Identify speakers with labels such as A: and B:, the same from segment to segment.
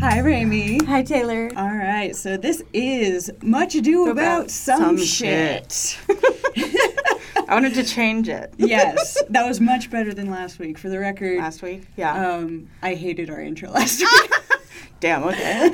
A: Hi, Rami.
B: Hi, Taylor.
A: All right, so this is Much Ado About, Some,
C: Some
A: Shit.
C: Shit. I wanted to change it
A: yes, that was much better than last week. For the record,
C: last week. Yeah.
A: um, I hated our intro last week.
C: Damn. Okay.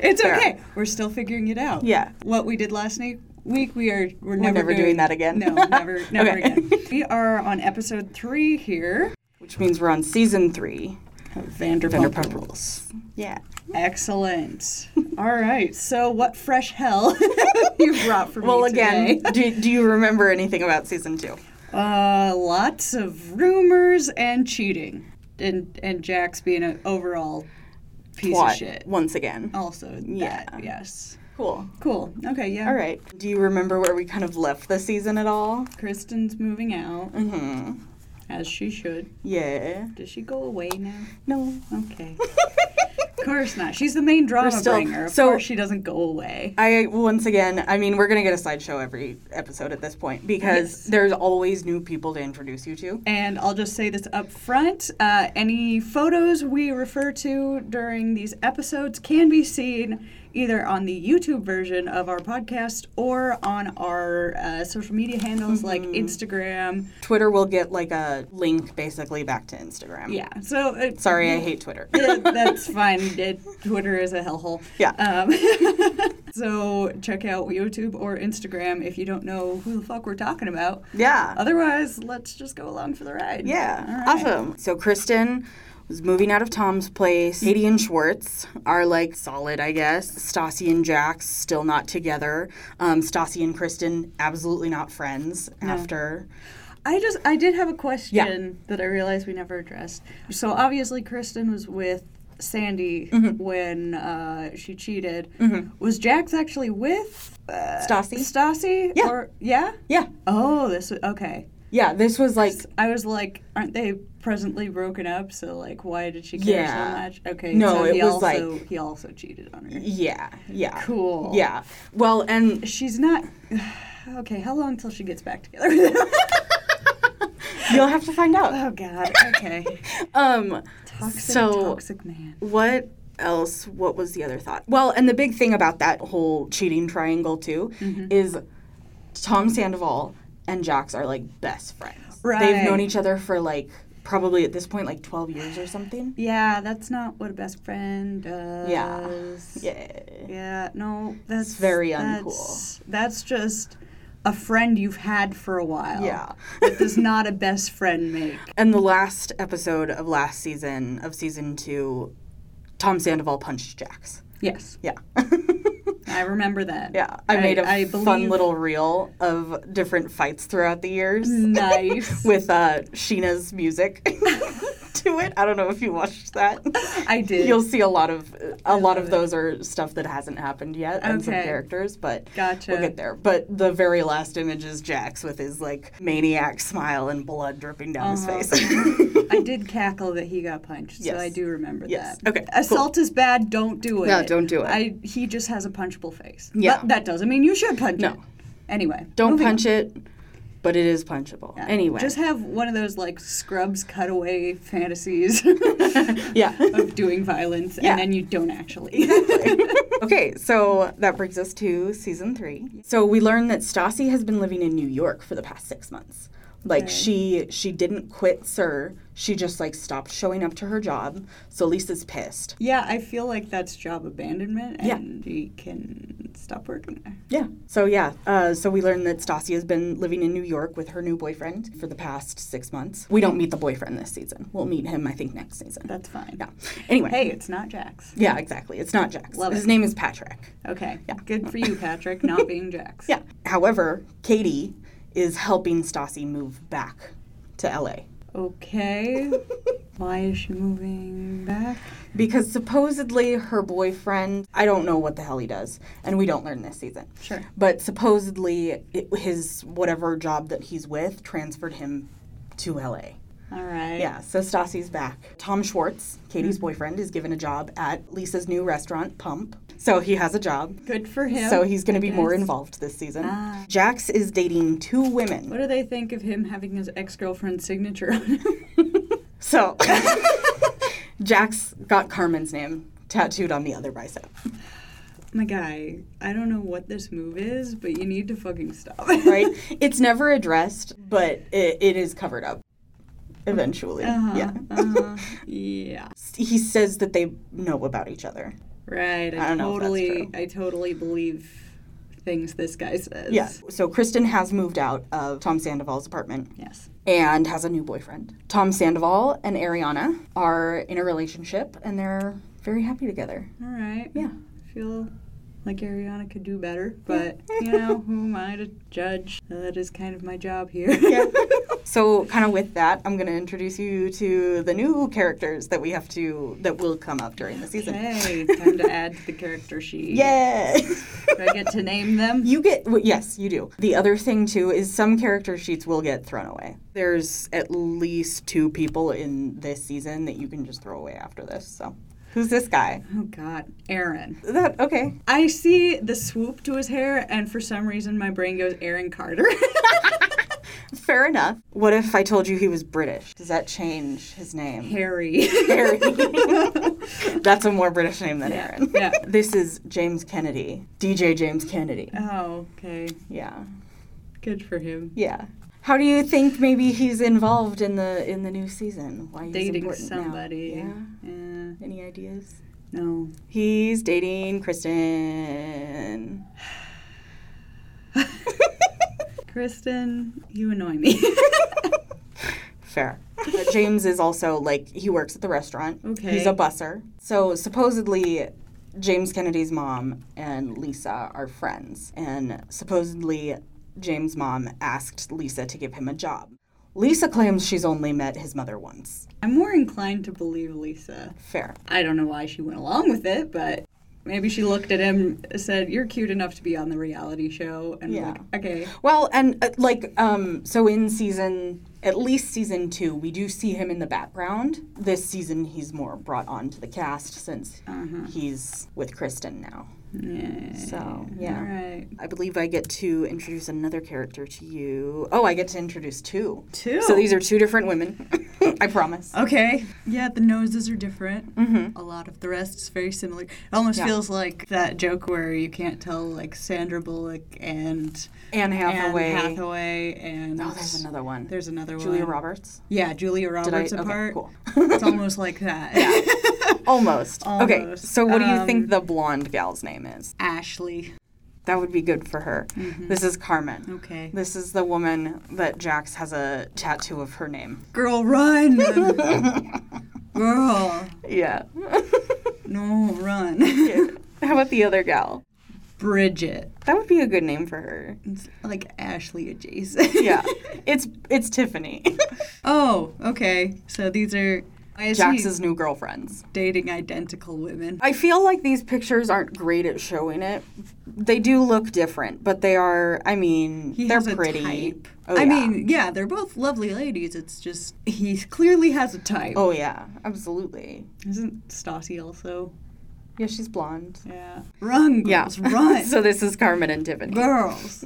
A: it's okay. We're still figuring it out.
C: Yeah.
A: What we did last ne- week, we are we're, never,
C: never doing that again.
A: No, never, never
C: Okay.
A: again. We are on episode three here.
C: Which means we're on season three.
A: of Vanderpump,
C: Vanderpump
A: Rules.
C: Rules. Yeah.
A: Excellent. All right. So, what fresh hell you brought for
C: Well,
A: me
C: again,
A: today?
C: do, do you remember anything about season two?
A: Uh, lots of rumors and cheating, and and Jack's being an overall piece
C: What?
A: of shit. Oh.
C: Once again.
A: Also,
C: Yeah.
A: that yes.
C: Cool.
A: Cool. Okay. Yeah.
C: All right. Do you remember where we kind of left the season at all?
A: Kristen's moving out
C: Mm-hmm.
A: as she should.
C: Yeah.
A: Does she go away now?
C: No.
A: Okay. of course not. She's the main drama
C: still-
A: bringer. Of
C: so-
A: course she doesn't go away.
C: I once again, I mean, we're gonna get a sideshow every episode at this point because
A: Yes.
C: there's always new people to introduce you to.
A: And I'll just say this up front uh, any photos we refer to during these episodes can be seen either on the YouTube version of our podcast or on our uh, social media handles like
C: Mm-hmm.
A: Instagram.
C: Twitter will get like a link basically back to Instagram.
A: Yeah, so uh,
C: Sorry, I hate Twitter.
A: uh, that's fine. It, Twitter is a hellhole.
C: Yeah.
A: Um, so check out YouTube or Instagram if you don't know who the fuck we're talking about.
C: Yeah.
A: Otherwise, let's just go along for the ride.
C: Yeah.
A: All right.
C: Awesome. So Kristen was moving out of Tom's place. Katie and Schwartz are like solid, I guess. Stassi and Jax still not together. Um, Stassi and Kristen absolutely not friends after.
A: I just I did have a question that I realized we never addressed. So obviously Kristen was with Sandy
C: Mm-hmm.
A: when uh, she cheated. Was Jax actually with uh,
C: Stassi?
A: Stassi?
C: Yeah.
A: Or, yeah.
C: Yeah.
A: Oh, this was, okay.
C: Yeah. This was like
A: I was like, aren't they presently broken up? So like, why did she care
C: Yeah.
A: so much? Okay.
C: No,
A: so
C: it
A: he
C: was
A: also, he also cheated on her.
C: yeah, yeah.
A: Cool.
C: Yeah. Well, and
A: She's not. Okay, how long until she gets back together with him?
C: you'll have to find out.
A: oh God. Okay.
C: Um
A: Toxic,
C: So-
A: toxic man.
C: what else what was the other thought well and the big thing about that whole cheating triangle too is tom sandoval and jax are like best friends they've
A: Right.
C: known each other for like probably at this point like 12 years or something
A: Yeah, that's not what a best friend does.
C: yeah yeah
A: Yeah, no, that's
C: very
A: That's, that's just a friend you've had for a while.
C: yeah
A: That does not a best friend make.
C: and the last episode of last season of season two tom sandoval punched jax
A: Yes,
C: yeah
A: I remember that.
C: yeah i
A: I-
C: made a
A: I
C: fun
A: believe-
C: little reel of different fights throughout the years
A: Nice.
C: with uh, Sheena's music to it. I don't know if you watched that.
A: I did.
C: You'll see a lot of a lot of those are stuff that hasn't happened yet and some
A: Okay.
C: characters, but
A: Gotcha.
C: we'll get there. But the very last image is Jax with his like maniac smile and blood dripping down
A: Uh-huh.
C: his face.
A: I did cackle that he got punched, so
C: Yes.
A: I do remember
C: Yes.
A: that.
C: Okay, cool.
A: Assault is bad. Don't do it.
C: Yeah, don't do it.
A: I, he just has a punchable face.
C: Yeah.
A: But that doesn't mean you should punch
C: No.
A: it. Anyway.
C: don't
A: moving on.
C: punch it, but it is punchable. Anyway,
A: Just have one of those like Scrubs cutaway fantasies
C: yeah.
A: of doing violence,
C: Yeah.
A: and then you don't actually.
C: okay, so that brings us to season three. So we learn that Stassi has been living in New York for the past six months. Like she she didn't quit Sir. She just like stopped showing up to her job. So Lisa's pissed.
A: yeah, I feel like that's job abandonment,
C: Yeah.
A: and you can stop working there.
C: Yeah. So yeah. Uh, so we learn that Stassi has been living in New York with her new boyfriend for the past six months. We don't meet the boyfriend this season. We'll meet him I think next season.
A: That's fine.
C: Yeah. Anyway.
A: Hey, it's not Jax.
C: Yeah, exactly. It's not Jax.
A: Love
C: His
A: it.
C: name is Patrick.
A: Okay. Good for you, Patrick, not being Jax.
C: Yeah. However, Katie is helping Stassi move back to LA
A: Okay. Why is she moving back?
C: because supposedly her boyfriend, I don't know what the hell he does, and we don't learn this season.
A: Sure.
C: But supposedly it, his whatever job that he's with transferred him to LA.
A: All right.
C: Yeah, so Stassi's back. Tom Schwartz, Katie's boyfriend, is given a job at Lisa's new restaurant, Pump. So he has a job.
A: Good for him.
C: So he's going to be more
A: Yes.
C: involved this season.
A: Ah.
C: Jax is dating two women.
A: What do they think of him having his ex girlfriend's signature on him?
C: So Jax got Carmen's name tattooed on the other bicep.
A: My guy, I don't know what this move is, but you need to fucking stop.
C: right? It's never addressed, but it, it is covered up eventually.
A: Uh-huh,
C: Yeah.
A: uh-huh. yeah.
C: He says that they know about each other.
A: Right. I,
C: I don't know if that's
A: totally
C: true.
A: I totally believe things this guy says.
C: Yeah. So Kristen has moved out of Tom Sandoval's apartment
A: Yes.
C: and has a new boyfriend. Tom Sandoval and Ariana are in a relationship and they're very happy together.
A: All right.
C: Yeah.
A: I feel like Ariana could do better, but you know, who am I to judge? That is kind of my job here.
C: Yeah. so kind of with that, I'm going to introduce you to the new characters that we have to that will come up during the season.
A: Hey, time to add to the character sheet.
C: Yay!
A: Do I get to name them?
C: You get w- yes, you do. The other thing too is some character sheets will get thrown away. There's at least two people in this season that you can just throw away after this. So, who's this guy?
A: Oh God, Aaron.
C: That okay?
A: I see the swoop to his hair, and for some reason, my brain goes Aaron Carter.
C: Fair enough. What if I told you he was British? Does that change his name?
A: Harry.
C: Harry. That's a more British name than Aaron.
A: yeah.
C: This is James Kennedy, DJ James Kennedy.
A: Oh, okay.
C: Yeah,
A: Good for him.
C: yeah. How do you think maybe he's involved in the in the new season? Why he's
A: Dating
C: important now?
A: somebody.
C: Yeah.
A: Yeah.
C: Any ideas?
A: No.
C: He's dating Kristen.
A: Kristen, you annoy me.
C: Fair. But James is also like he works at the restaurant.
A: Okay.
C: He's a busser. So supposedly James Kennedy's mom and Lisa are friends and supposedly James' mom asked Lisa to give him a job. Lisa claims she's only met his mother once.
A: I'm more inclined to believe Lisa.
C: Fair.
A: I don't know why she went along with it, but maybe she looked at him and said, You're cute enough to be on the reality show. And I'm
C: Yeah.
A: like, okay.
C: Well, and uh, like, um, so in season, at least season two, we do see him in the background. This season, he's more brought on to the cast since he's with Kristen now.
A: Yeah.
C: So, yeah.
A: All right.
C: I believe I get to introduce another character to you. Oh, I get to introduce two.
A: Two.
C: So these are two different women. I promise.
A: Okay. Yeah, the noses are different.
C: Mm-hmm.
A: A lot of the rest is very similar. It almost feels like that joke where you can't tell, like Sandra Bullock and
C: Anne Hathaway.
A: Anne Hathaway and
C: Oh, there's another one.
A: there's another
C: Julia
A: one.
C: Roberts.
A: Yeah, Julia
C: Did I-
A: Roberts
C: okay,
A: apart.
C: cool.
A: it's almost like that.
C: Almost. Okay.
A: Almost. Um,
C: So what do you think the blonde gal's name is?
A: Ashley.
C: That would be good for her.
A: Mm-hmm.
C: This is Carmen.
A: Okay.
C: This is the woman that Jax has a tattoo of her name.
A: Girl, run. Girl,
C: Yeah.
A: no, run.
C: How about the other gal?
A: Bridget.
C: That would be a good name for her.
A: It's like Ashley adjacent.
C: Yeah. it's it's Tiffany.
A: Oh, okay. So these are I assume
C: Jax's new girlfriends.
A: dating identical women.
C: I feel like these pictures aren't great at showing it. They do look different, but they are I mean,
A: He
C: they're
A: has a
C: pretty.
A: type.
C: Oh,
A: I
C: yeah.
A: mean, yeah, they're both lovely ladies. It's just he clearly has a type.
C: Oh yeah, absolutely.
A: Isn't Stassi also?
C: Yeah, she's blonde.
A: Yeah. Run, girls, run.
C: so this is Carmen and Tiffany.
A: girls.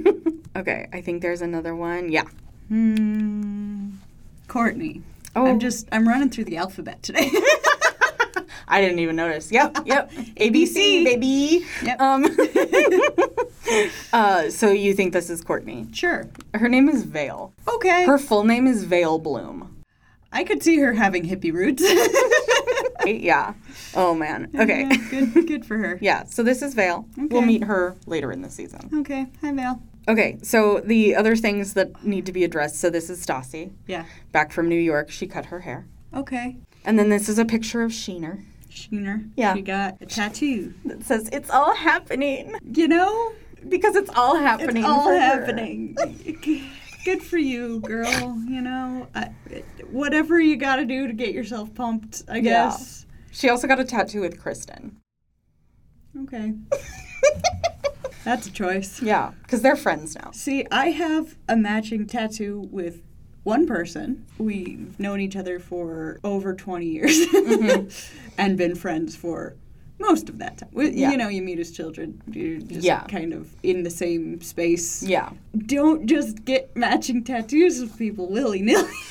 C: okay, I think there's another one. Yeah.
A: Hmm. Courtney.
C: Oh.
A: I'm just I'm running through the alphabet today.
C: I didn't even notice. Yep, yep. ABC, baby.
A: Yep.
C: Um, uh, so you think this is Courtney?
A: sure.
C: Her name is Vale.
A: Okay.
C: Her full name is Vale Bloom.
A: I could see her having hippie roots.
C: Right? yeah. Oh man. Okay.
A: Yeah, good good for her.
C: Yeah. So this is Vale. We'll
A: Okay.
C: meet her later in the season.
A: Okay. Hi Val.
C: Okay. So the other things that need to be addressed. So this is Stassi,
A: Yeah.
C: back from New York. She cut her hair.
A: Okay.
C: And then this is a picture of Sheener
A: Sheener.
C: Yeah.
A: She got a tattoo.
C: that says, "It's all happening."
A: You know?
C: Because it's all happening.
A: It's all
C: for her.
A: happening. Good for you, girl. You know, I, whatever you got to do to get yourself pumped, I guess.
C: She also got a tattoo with Kristen.
A: Okay. That's a choice.
C: Yeah, because they're friends now.
A: See, I have a matching tattoo with one person. We've known each other for over 20 years Mm-hmm. and been friends for most of that time. We,
C: Yeah.
A: You know, you meet as children, you're just
C: Yeah.
A: kind of in the same space.
C: Yeah,
A: Don't just get matching tattoos with people willy nilly.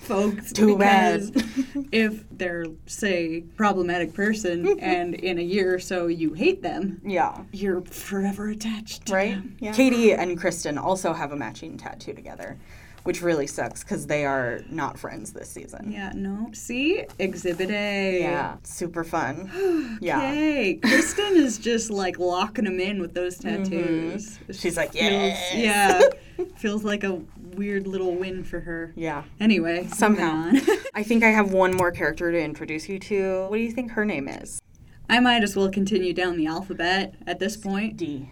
A: folks.
C: Too
A: because
C: bad.
A: if they're, say, problematic
C: Mm-hmm.
A: person and in a year or so you hate them,
C: yeah.
A: you're forever attached to
C: Right?
A: them. Yeah.
C: Katie and Kristen also have a matching tattoo together, which really sucks because they are not friends this season.
A: Yeah, no. See? Exhibit A.
C: Yeah, super fun. Yeah.
A: Hey, Kristen is just like locking them in with those tattoos. It
C: Mm-hmm. She's like,
A: feels,
C: "Yes."
A: yeah, feels like a weird little win for her.
C: Yeah.
A: Anyway, moving
C: Somehow.
A: on.
C: I think I have one more character to introduce you to. What do you think her name is?
A: I might as well continue down the alphabet at this point.
C: D.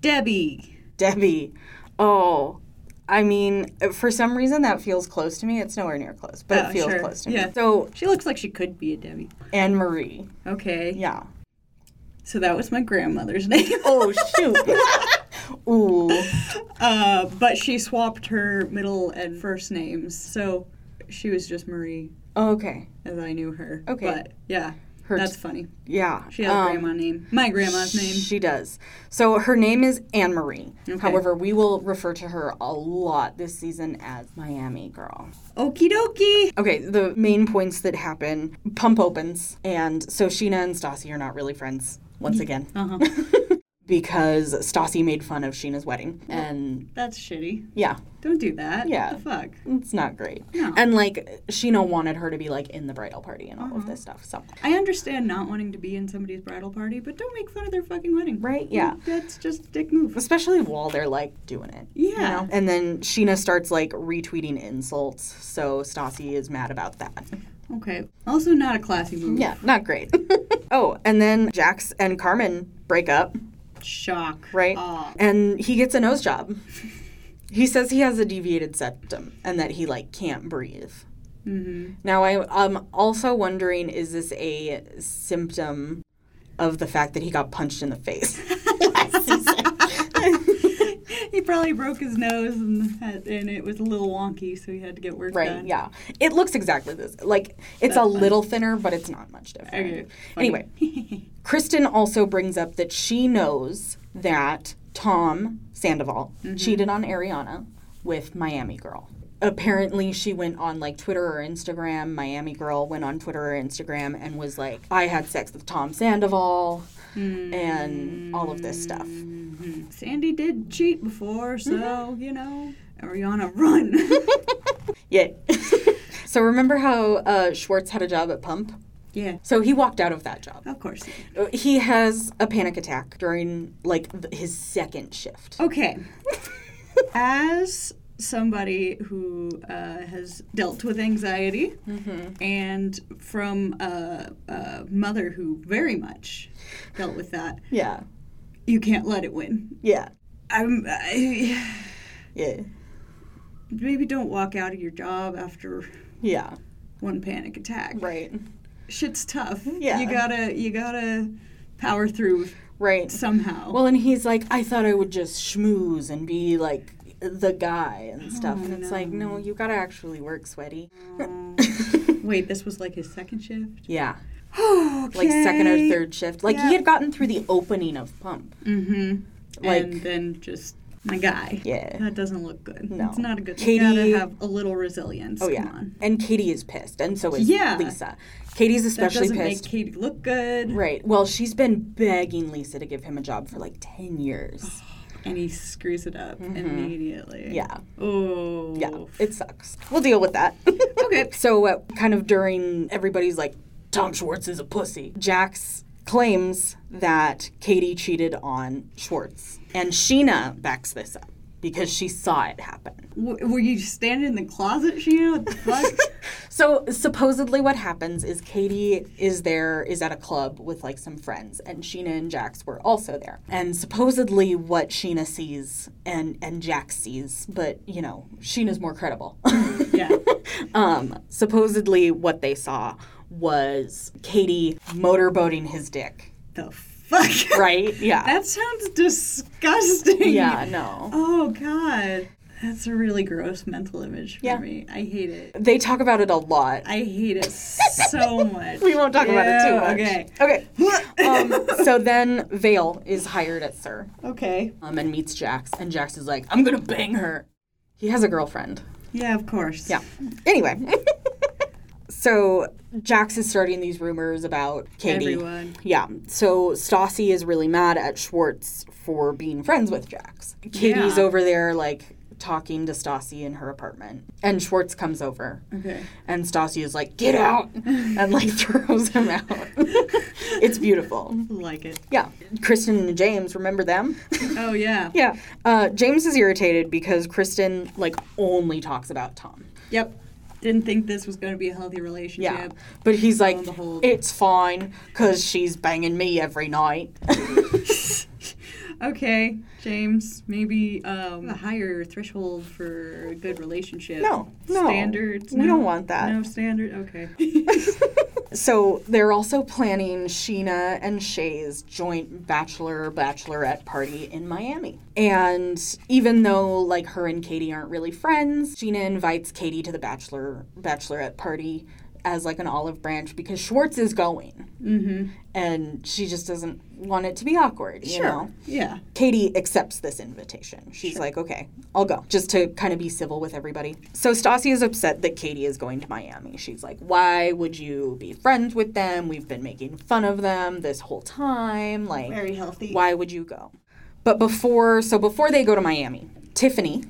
A: Debbie.
C: Debbie. Oh, I mean, for some reason that feels close to me. It's nowhere near close, but
A: Oh,
C: it feels
A: sure.
C: close to me.
A: Yeah.
C: So,
A: She looks like she could be a Debbie.
C: Anne Marie.
A: Okay.
C: Yeah.
A: So that was my grandmother's name.
C: Oh, shoot. Ooh.
A: Uh, but she swapped her middle and first names. So she was just Marie
C: Okay.
A: as I knew her.
C: Okay.
A: But yeah,
C: Her
A: that's funny.
C: Yeah.
A: She has
C: um,
A: a grandma name. My grandma's name.
C: She does. So her name is Anne Marie.
A: Okay.
C: However, we will refer to her a lot this season as Miami Girl.
A: Okie dokie.
C: Okay, the main points that happen Pump opens, and so Sheena and Stassi are not really friends once again
A: Uh-huh.
C: because Stassi made fun of Sheena's wedding. And
A: That's shitty.
C: yeah,
A: Don't do that.
C: Yeah.
A: What the fuck?
C: it's not great.
A: No.
C: And like, Sheena wanted her to be like in the bridal party and all
A: Uh-huh.
C: of this stuff. So,
A: I understand not wanting to be in somebody's bridal party, but don't make fun of their fucking wedding.
C: right? Yeah.
A: That's just dick move.
C: especially while they're like doing it. you
A: Yeah.
C: know? And then Sheena starts like retweeting insults, so Stassi is mad about that.
A: Okay. Also not a classy move.
C: Yeah, not great. oh, and then Jax and Carmen break up,
A: Shock.
C: right?
A: Aw.
C: And he gets a nose job. he says he has a deviated septum and that he like can't breathe.
A: Mhm.
C: Now I, I'm also wondering is this a symptom of the fact that he got punched in the face? last season?
A: He probably broke his nose and had, and it was a little wonky, so he had to get work
C: Right.
A: done.
C: Yeah. It looks exactly this. Like it's a little thinner, but it's not much different.
A: Okay, funny.
C: Anyway, Kristen also brings up that she knows that Tom Sandoval cheated on Ariana with Miami Girl. Apparently, she went on like Twitter or Instagram. Miami Girl went on Twitter or Instagram and was like, "I had sex with Tom Sandoval," and all of this stuff.
A: Sandy did cheat before, so
C: Mm-hmm.
A: you know. Ariana, run.
C: Yeah. so remember how uh, Schwartz had a job at Pump?
A: yeah.
C: So he walked out of that job. Uh,
A: Of course.
C: He has a panic attack during like th- his second shift.
A: Okay. As somebody who uh, has dealt with anxiety
C: Mm-hmm.
A: and from a, a mother who very much dealt with that,
C: Yeah.
A: you can't let it win.
C: Yeah.
A: I'm, I,
C: Yeah.
A: maybe don't walk out of your job after
C: Yeah.
A: one panic attack.
C: Right. Mm-hmm.
A: Shit's tough.
C: Yeah.
A: You gotta, you gotta power through
C: Right.
A: somehow.
C: Well, and he's like, I thought I would just schmooze and be like the guy
A: Oh,
C: and stuff. and it's like, no, you gotta actually work, sweaty.
A: Um, Wait, this was like his second shift?
C: yeah.
A: okay.
C: Like second or third shift. Like
A: Yeah.
C: he had gotten through the opening of Pump.
A: Mm-hmm.
C: Like-
A: and then just my guy.
C: Yeah.
A: That doesn't look good.
C: No.
A: It's not a good
C: Katie-
A: You gotta have a little resilience.
C: Oh,
A: Come
C: yeah.
A: on.
C: And Katie is pissed. And so is
A: Yeah.
C: Lisa. Katie's
A: That
C: especially
A: doesn't
C: pissed.
A: make Katie look good.
C: right. Well, she's been begging Lisa to give him a job for like 10 years.
A: And he screws it up immediately.
C: Mm-hmm. Yeah.
A: Oh.
C: Yeah, it sucks. We'll deal with that.
A: Okay.
C: So, uh, kind of during everybody's like, Tom Schwartz is a pussy, Jax claims that Katie cheated on Schwartz. And Sheena backs this up because she saw it happen.
A: W- were you standing in the closet, Sheena? What the fuck?
C: So, supposedly, what happens is Katie is there, is at a club with like some friends, and Sheena and Jax were also there. And supposedly, what Sheena sees and, and Jax sees, but you know, Sheena's more credible.
A: yeah.
C: um, supposedly what they saw was Katie motorboating his dick.
A: The fuck?
C: Right? Yeah.
A: that sounds disgusting.
C: yeah, no.
A: Oh, God. That's a really gross mental image for
C: Yeah.
A: me. I hate it.
C: They talk about it a lot.
A: I hate it so much.
C: We won't talk about it too
A: Ew,
C: much.
A: Okay.
C: Okay. um, so then Vale is hired at Sir
A: Okay.
C: um, and meets Jax, and Jax is like, I'm going to bang her. He has a girlfriend.
A: Yeah, of course.
C: Yeah. Anyway. so Jax is starting these rumors about Katie.
A: Everyone.
C: Yeah. So Stassi is really mad at Schwartz for being friends with Jax. Katie's
A: Yeah.
C: over there like talking to Stassi in her apartment. And Schwartz comes over.
A: Okay.
C: And Stassi is like, get out! And like throws him out. it's beautiful.
A: Like it.
C: Yeah. Kristen and James, remember them?
A: Oh, yeah.
C: yeah. Uh, James is irritated because Kristen like only talks about Tom.
A: Yep. Didn't think this was going to be a healthy relationship.
C: Yeah. But he's like,
A: On the whole-
C: it's fine because she's banging me every night.
A: Okay, James, maybe um, a higher threshold for a good relationship.
C: No, no.
A: Standards.
C: We
A: no?
C: don't want that.
A: No standard. Okay.
C: so they're also planning Sheena and Shay's joint bachelor bachelorette party in Miami. And even though like her and Katie aren't really friends, Sheena invites Katie to the bachelor bachelorette party as like an olive branch because Schwartz is going.
A: mm-hmm.
C: And she just doesn't want it to be awkward, you know.
A: Yeah.
C: Katie accepts this invitation. She's like, okay, I'll go, just to kind of be civil with everybody. So Stassi is upset that Katie is going to Miami. She's like, why would you be friends with them? We've been making fun of them this whole time. Like,
A: healthy.
C: why would you go? But before, so before they go to Miami, Tiffany,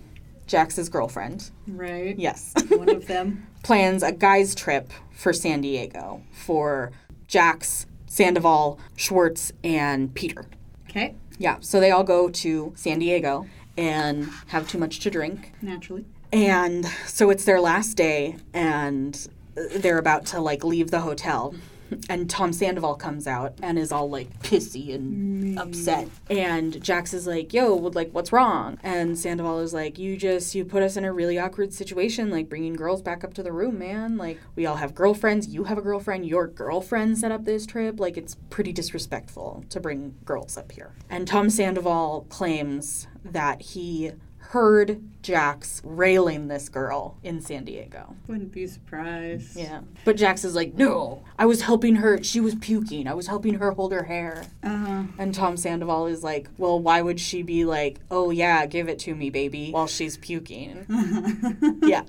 C: Jax's girlfriend,
A: Right.
C: yes,
A: One of them.
C: plans a guy's trip for San Diego for Jax, Sandoval, Schwartz, and Peter.
A: Okay.
C: Yeah, so they all go to San Diego and have too much to drink.
A: Naturally.
C: And so it's their last day and they're about to like leave the hotel. And Tom Sandoval comes out and is all like pissy and upset. And Jax is like, yo, well, like, what's wrong? And Sandoval is like, you just, you put us in a really awkward situation, like bringing girls back up to the room, man. Like, we all have girlfriends. You have a girlfriend. Your girlfriend set up this trip. Like, it's pretty disrespectful to bring girls up here. And Tom Sandoval claims that he heard Jax railing this girl in San Diego.
A: Wouldn't be surprised.
C: Yeah. But Jax is like, no, I was helping her. She was puking. I was helping her hold her hair.
A: Uh huh.
C: And Tom Sandoval is like, well, why would she be like, oh, yeah, give it to me, baby, while she's puking? yeah.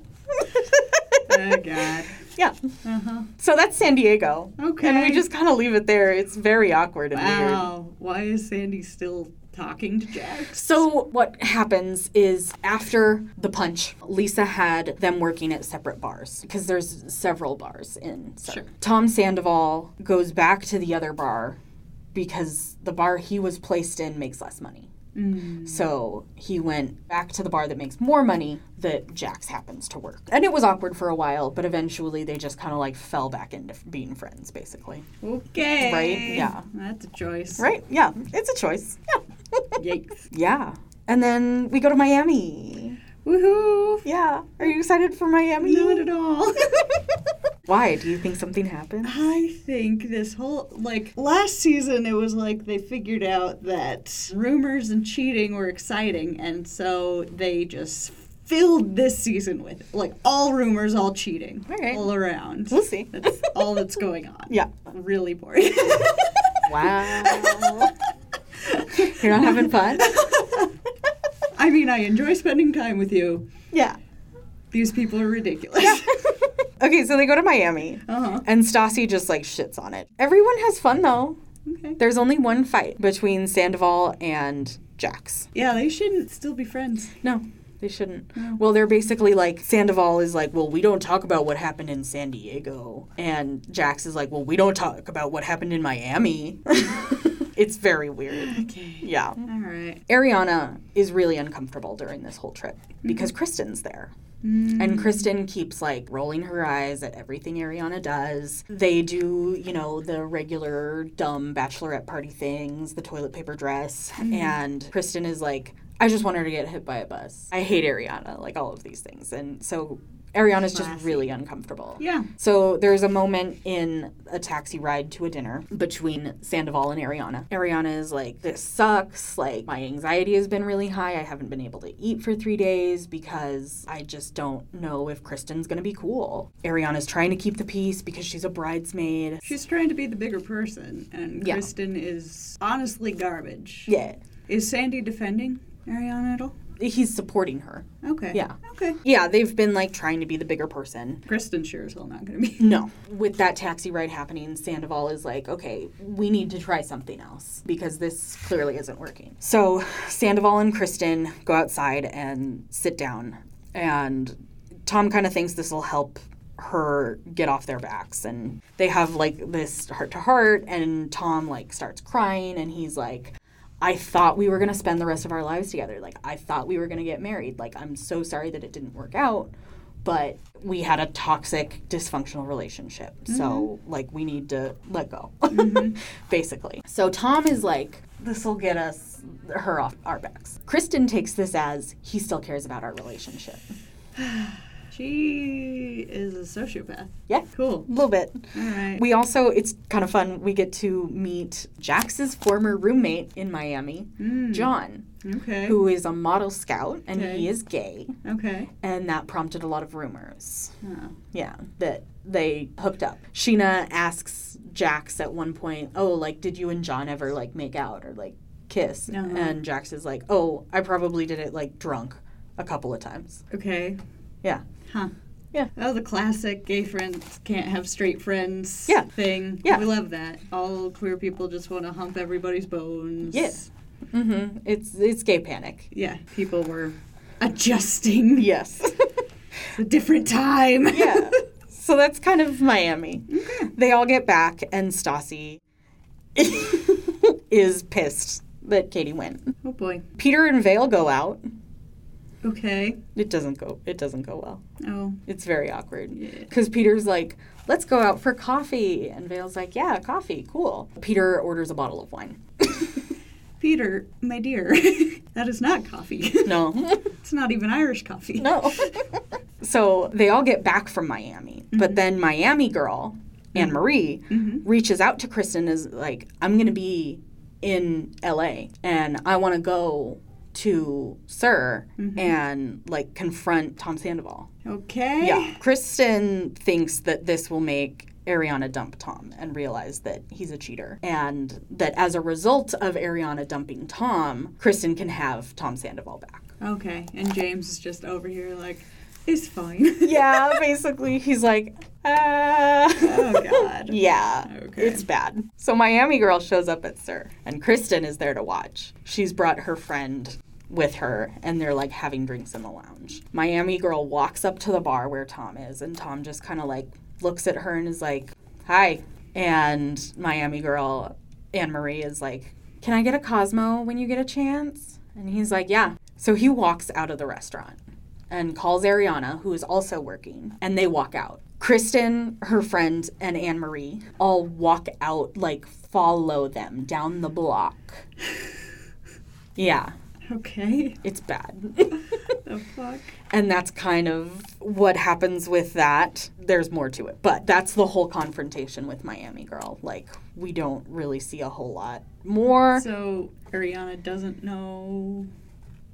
A: oh God.
C: Yeah.
A: Uh huh.
C: So that's San Diego.
A: Okay.
C: And we just kind of leave it there. It's very awkward and weird.
A: Wow. Why is Sandy still talking to Jax?
C: So what happens is after the punch, Lisa had them working at separate bars because there's several bars in. So.
A: Sure.
C: Tom Sandoval goes back to the other bar because the bar he was placed in makes less money.
A: Mm.
C: So he went back to the bar that makes more money that Jax happens to work. And it was awkward for a while, but eventually they just kind of like fell back into f- being friends basically.
A: Okay.
C: Right, yeah.
A: That's a choice.
C: Right? Yeah. It's a choice. Yeah.
A: Yikes.
C: yeah. And then we go to Miami.
A: Woohoo.
C: Yeah. Are you excited for Miami?
A: Not at all.
C: Why? Do you think something happened?
A: I think this whole like last season it was like they figured out that rumors and cheating were exciting and so they just filled this season with like all rumors, all cheating.
C: All right.
A: All around.
C: We'll see.
A: That's all that's going on.
C: Yeah.
A: Really boring.
C: Wow. You're not having fun?
A: I mean I enjoy spending time with you.
C: yeah.
A: These people are ridiculous.
C: okay, so they go to Miami.
A: Uh-huh.
C: And Stassi just like shits on it. Everyone has fun though.
A: Okay.
C: There's only one fight between Sandoval and Jax.
A: Yeah, they shouldn't still be friends.
C: No, they shouldn't. Well, they're basically like Sandoval is like, well, we don't talk about what happened in San Diego, and Jax is like, well, we don't talk about what happened in Miami. it's very weird.
A: Okay.
C: Yeah.
A: All right.
C: Ariana is really uncomfortable during this whole trip because Kristen's there. And Kristen keeps like rolling her eyes at everything Ariana does. They do, you know, the regular dumb bachelorette party things, the toilet paper dress. And Kristen is like, I just want her to get hit by a bus. I hate Ariana, like all of these things. And so Ariana's just
A: Classy.
C: really uncomfortable.
A: Yeah.
C: So there's a moment in a taxi ride to a dinner between Sandoval and Ariana. Ariana is like, This sucks. Like, my anxiety has been really high. I haven't been able to eat for three days because I just don't know if Kristen's going to be cool. Ariana's trying to keep the peace because she's a bridesmaid.
A: She's trying to be the bigger person, and
C: Yeah.
A: Kristen is honestly garbage.
C: Yeah.
A: Is Sandy defending Ariana at all?
C: he's supporting her.
A: Okay.
C: Yeah.
A: Okay.
C: Yeah, they've been like trying to be the bigger person.
A: Kristen sure as hell not going to be.
C: No. With that taxi ride happening, Sandoval is like, okay, we need to try something else because this clearly isn't working. So Sandoval and Kristen go outside and sit down. And Tom kind of thinks this will help her get off their backs. And they have like this heart to heart. And Tom like starts crying and he's like, I thought we were going to spend the rest of our lives together. Like, I thought we were going to get married. Like, I'm so sorry that it didn't work out, but we had a toxic, dysfunctional relationship. So, like, we need to let go, basically. So, Tom is like, this will get us her off our backs. Kristen takes this as he still cares about our relationship.
A: She is a sociopath.
C: Yeah.
A: Cool.
C: A little bit.
A: All right.
C: We also, it's kind of fun, we get to meet Jax's former roommate in Miami, John.
A: Mm. okay.
C: who is a model scout and
A: Hmm. Okay.
C: he is gay
A: Okay.
C: and that prompted a lot of rumors
A: Oh.
C: yeah that they hooked up sheena asks jax at one point oh like did you and john ever like make out or like kiss
A: No.
C: and jax is like oh i probably did it like drunk a couple of times
A: Okay.
C: yeah
A: Huh.
C: Yeah.
A: Oh, the classic gay friends can't have straight friends
C: Yeah.
A: thing.
C: Yeah.
A: We love that. All queer people just want to hump everybody's bones.
C: Yeah. mm-hmm it's it's gay panic
A: Yeah. People were adjusting.
C: yes
A: It's a different time.
C: yeah so that's kind of miami they all get back and stassi is pissed that katie went
A: oh boy.
C: Peter and Vale go out.
A: Okay.
C: It doesn't go. It doesn't go well.
A: Oh.
C: It's very awkward
A: Yeah.
C: because Peter's like, "Let's go out for coffee," and Vale's like, "Yeah, coffee, cool." Peter orders a bottle of wine.
A: Peter, my dear, that is not coffee.
C: no,
A: it's not even Irish coffee.
C: no. so they all get back from Miami, but then Miami girl Anne Marie reaches out to Kristen is like, "I'm gonna be in L.A. and I want to go." To Sir and like confront Tom Sandoval.
A: Okay.
C: Yeah. Kristen thinks that this will make Ariana dump Tom and realize that he's a cheater. And that as a result of Ariana dumping Tom, Kristen can have Tom Sandoval back.
A: Okay. And James is just over here like, it's fine.
C: Yeah, basically, he's like, uh.
A: oh God.
C: Yeah,
A: Okay.
C: it's bad. So Miami girl shows up at Sir, and Kristen is there to watch. She's brought her friend with her, and they're like having drinks in the lounge. Miami girl walks up to the bar where Tom is, and Tom just kind of like looks at her and is like, "Hi." And Miami girl Anne Marie is like, "Can I get a Cosmo when you get a chance?" And he's like, "Yeah." So he walks out of the restaurant and calls Ariana, who is also working, and they walk out. Kristen, her friend, and Anne Marie all walk out, like follow them down the block. yeah,
A: Okay.
C: it's bad.
A: The fuck.
C: and that's kind of what happens with that. There's more to it, but that's the whole confrontation with Miami Girl. Like, we don't really see a whole lot more.
A: So Ariana doesn't know.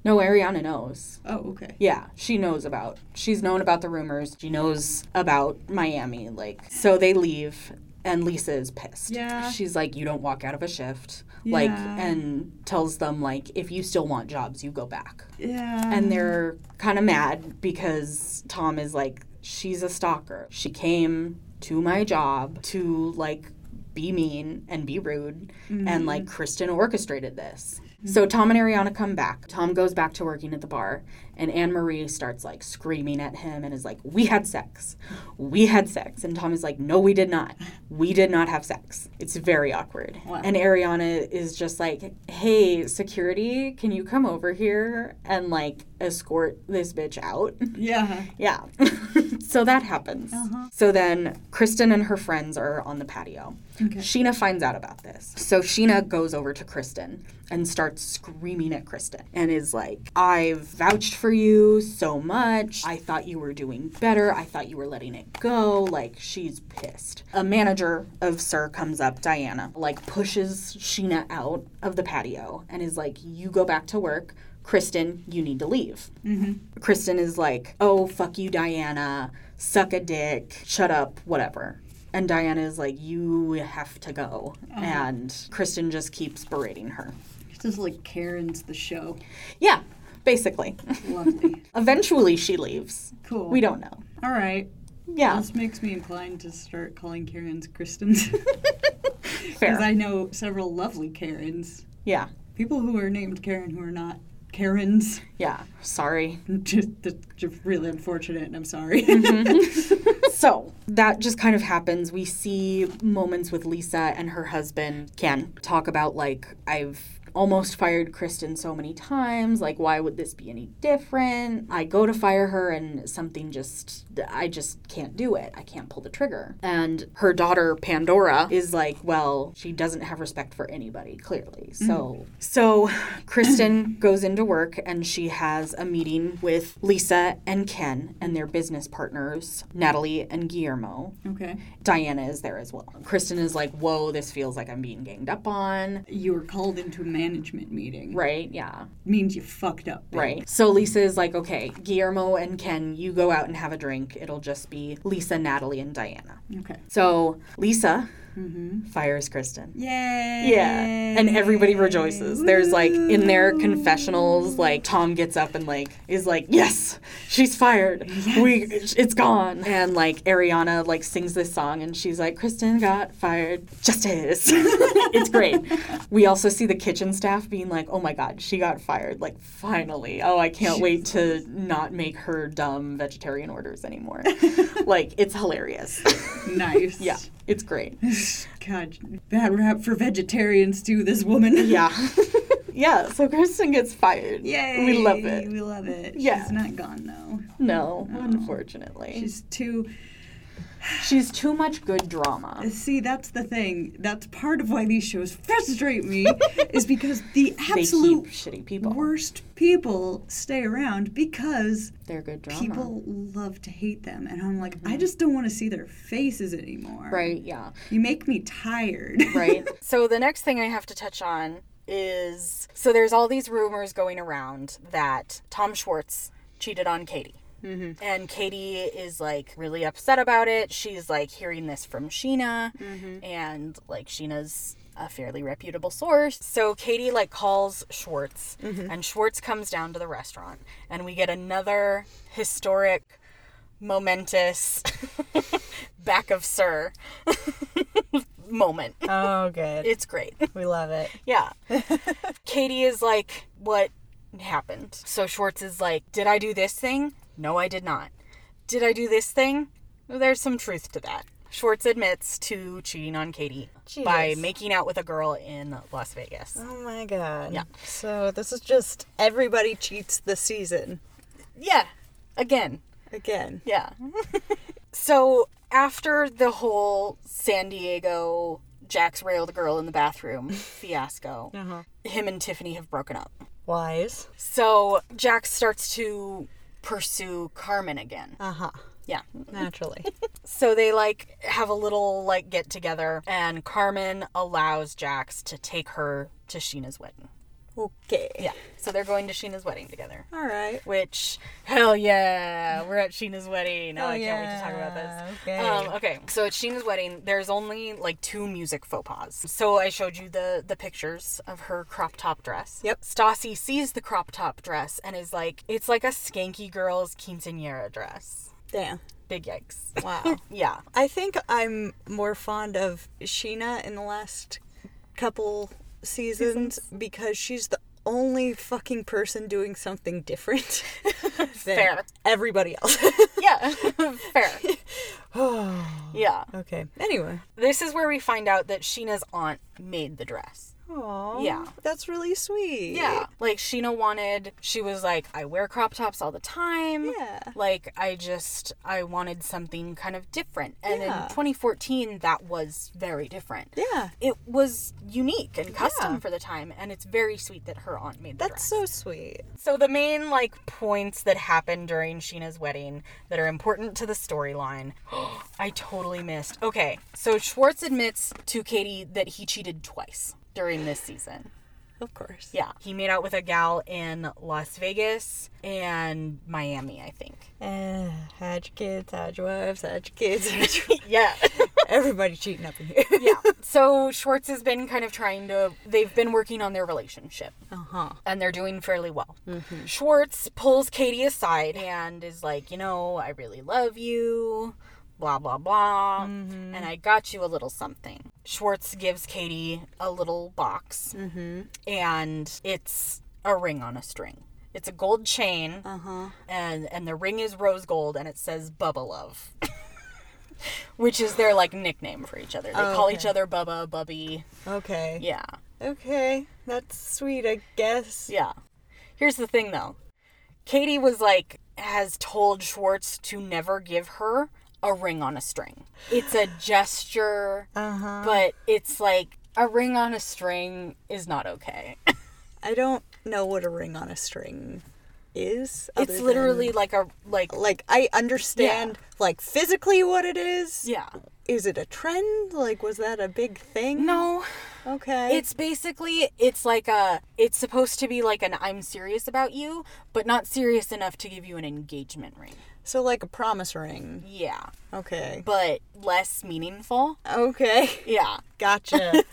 C: No, Ariana knows.
A: Oh, okay.
C: Yeah, she knows about. She's known about the rumors. She knows about Miami. Like, so they leave, and Lisa is pissed.
A: Yeah.
C: She's like, "You don't walk out of a shift." Like,
A: Yeah.
C: and tells them like, "If you still want jobs, you go back."
A: Yeah.
C: And they're kind of mad because Tom is like, "She's a stalker. She came to my job to like." Be mean and be rude, and like
A: Mm-hmm.
C: Kristen orchestrated this. So Tom and Ariana come back. Tom goes back to working at the bar, and Anne Marie starts like screaming at him and is like, We had sex. We had sex. And Tom is like, No, we did not. We did not have sex. It's very awkward.
A: Wow.
C: And Ariana is just like, Hey, security, can you come over here and like escort this bitch out?
A: yeah.
C: Yeah. so that happens. So then Kristen and her friends are on the patio.
A: Okay.
C: Sheena finds out about this. So Sheena goes over to Kristen and starts screaming at Kristen and is like, I've vouched for you so much. I thought you were doing better. I thought you were letting it go. Like, she's pissed. A manager of Sir comes up, Diana, like pushes Sheena out of the patio and is like, You go back to work. Kristen, you need to leave. Kristen is like, oh, fuck you, Diana, suck a dick, shut up, whatever. And Diana is like, you have to go.
A: Uh-huh.
C: And Kristen just keeps berating her.
A: It's just like Karen's the show.
C: Yeah, basically.
A: Lovely.
C: Eventually, she leaves.
A: Cool.
C: We don't know.
A: All right.
C: Yeah,
A: This makes me inclined to start calling Karens Kristens.
C: fair.
A: Because I know several lovely Karens.
C: yeah,
A: People who are named Karen who are not Karens.
C: yeah. Sorry.
A: Just, just really unfortunate, and I'm sorry.
C: Mm-hmm. so that just kind of happens. We see moments with Lisa and her husband Ken talk about like I've almost fired Kristen so many times. Like why would this be any different? I go to fire her and something just I just can't do it. I can't pull the trigger. And her daughter Pandora is like, well, she doesn't have respect for anybody clearly. So so Kristen goes into work and she has a meeting with Lisa and Ken and their business partners, Natalie and Guillermo.
A: okay.
C: Diana is there as well. Kristen is like, whoa, this feels like I'm being ganged up on.
A: You were called into a management meeting.
C: Right? Yeah.
A: Means you fucked up. babe.
C: Right. So Lisa is like, okay, Guillermo and Ken, you go out and have a drink. It'll just be Lisa, Natalie, and Diana.
A: Okay.
C: So Lisa
A: Mm-hmm.
C: fires Kristen.
A: Yay.
C: Yeah. And everybody rejoices. There's like in their confessionals, like Tom gets up and like is like, "Yes, she's fired. We it's gone." And like Ariana like sings this song and she's like, "Kristen got fired. Justice." it's great. We also see the kitchen staff being like, "Oh my god, she got fired. Like finally. Oh, I can't wait to not make her dumb vegetarian orders anymore." like it's hilarious.
A: Nice.
C: yeah. It's great.
A: God, bad rap for vegetarians too, this woman.
C: Yeah. yeah, so Kristen gets fired.
A: Yay.
C: We love it.
A: We love it.
C: Yeah.
A: She's not gone though.
C: No, unfortunately. She's,
A: She's too.
C: too much good drama.
A: See, that's the thing. That's part of why these shows frustrate me, is because the
C: They
A: absolute
C: keep shitty people.
A: worst people stay around because
C: They're good drama.
A: people love to hate them. And I'm like, I just don't want to see their faces anymore.
C: Mm-hmm. Right, yeah.
A: You make me tired.
C: Right. so the next thing I have to touch on is so there's all these rumors going around that Tom Schwartz cheated on Katie.
B: Mm-hmm.
C: And Katie is like really upset about it. She's like hearing this from Sheena,
B: Mm-hmm.
C: and like Sheena's a fairly reputable source. So Katie like calls Schwartz,
B: Mm-hmm.
C: and Schwartz comes down to the restaurant, and we get another historic, momentous back of Sir moment.
B: Oh, good.
C: It's great.
B: We love it.
C: Yeah. Katie is like, what happened? So Schwartz is like, did I do this thing? No, I did not. Did I do this thing? There's some truth to that. Schwartz admits to cheating on Katie by
B: Jesus.
C: making out with a girl in Las Vegas.
B: Oh my god.
C: Yeah.
B: So this is just everybody cheats this season
C: Yeah. Again.
B: again.
C: Yeah. so after the whole San Diego Jack's railed girl in the bathroom fiasco,
B: Uh-huh.
C: him and Tiffany have broken up.
B: Wise.
C: So Jack starts to pursue Carmen again.
B: Uh huh.
C: Yeah.
B: Naturally.
C: So they like have a little like get together, and Carmen allows Jax to take her to Sheena's wedding.
B: okay.
C: Yeah. So they're going to Sheena's wedding together.
B: All right.
C: Which, hell yeah, we're at Sheena's wedding. Oh, I can't wait to talk about
B: yeah.
C: this.
B: Okay.
C: Um, okay, so at Sheena's wedding, there's only like two music faux pas. So I showed you the the pictures of her crop top dress.
B: Yep.
C: Stassi sees the crop top dress and is like, it's like a skanky girl's quinceanera dress.
B: Damn.
C: Big yikes.
B: Wow.
C: yeah.
B: I think I'm more fond of Sheena in the last couple seasons, because she's the only fucking person doing something different than
C: Fair.
B: everybody else.
C: Yeah. Fair. yeah.
B: okay. Anyway.
C: This is where we find out that Sheena's aunt made the dress.
B: Aww.
C: Yeah.
B: That's really sweet.
C: Yeah. Like Sheena wanted, she was like, I wear crop tops all the time.
B: Yeah.
C: Like I just I wanted something kind of different. And
B: Yeah.
C: in 2014 that was very different.
B: Yeah.
C: It was unique and custom for the time and it's very sweet that her aunt made the
B: That's
C: dress.
B: so sweet.
C: So the main like points that happened during Sheena's wedding that are important to the storyline. I totally missed. Okay. So Schwartz admits to Katie that he cheated twice during this season.
B: Of course.
C: Yeah. He made out with a gal in Las Vegas and Miami, I think.
A: Eh,
B: Uh, had your kids, had your wives, had your kids. Had your...
C: Yeah.
A: everybody cheating up in here.
D: yeah. So Schwartz has been kind of trying to. They've been working on their relationship,
A: Uh huh.
D: and they're doing fairly well. Schwartz pulls Katie aside and is like, you know, I really love you, blah blah blah, and I got you a little something. Schwartz gives Katie a little box, and it's a ring on a string. It's a gold chain, and and the ring is rose gold, and it says Bubba Love. Which is their like nickname for each other. They call each other Bubba, Bubby.
A: Okay.
D: Yeah.
A: Okay. That's sweet, I guess.
D: Yeah. Here's the thing though. Katie was like has told Schwartz to never give her a ring on a string. It's a gesture,
A: Uh-huh.
D: but it's like a ring on a string is not okay.
A: I don't know what a ring on a string is. other
D: it's
A: than-
D: literally like a like
A: like I understand like physically what it is.
D: yeah.
A: Is it a trend? Like was that a big thing?
D: No,
A: Okay.
D: it's basically it's like a it's supposed to be like an I'm serious about you, but not serious enough to give you an engagement ring.
A: so like a promise ring.
D: Yeah,
A: Okay.
D: but less meaningful.
A: Okay.
D: Yeah.
A: Gotcha.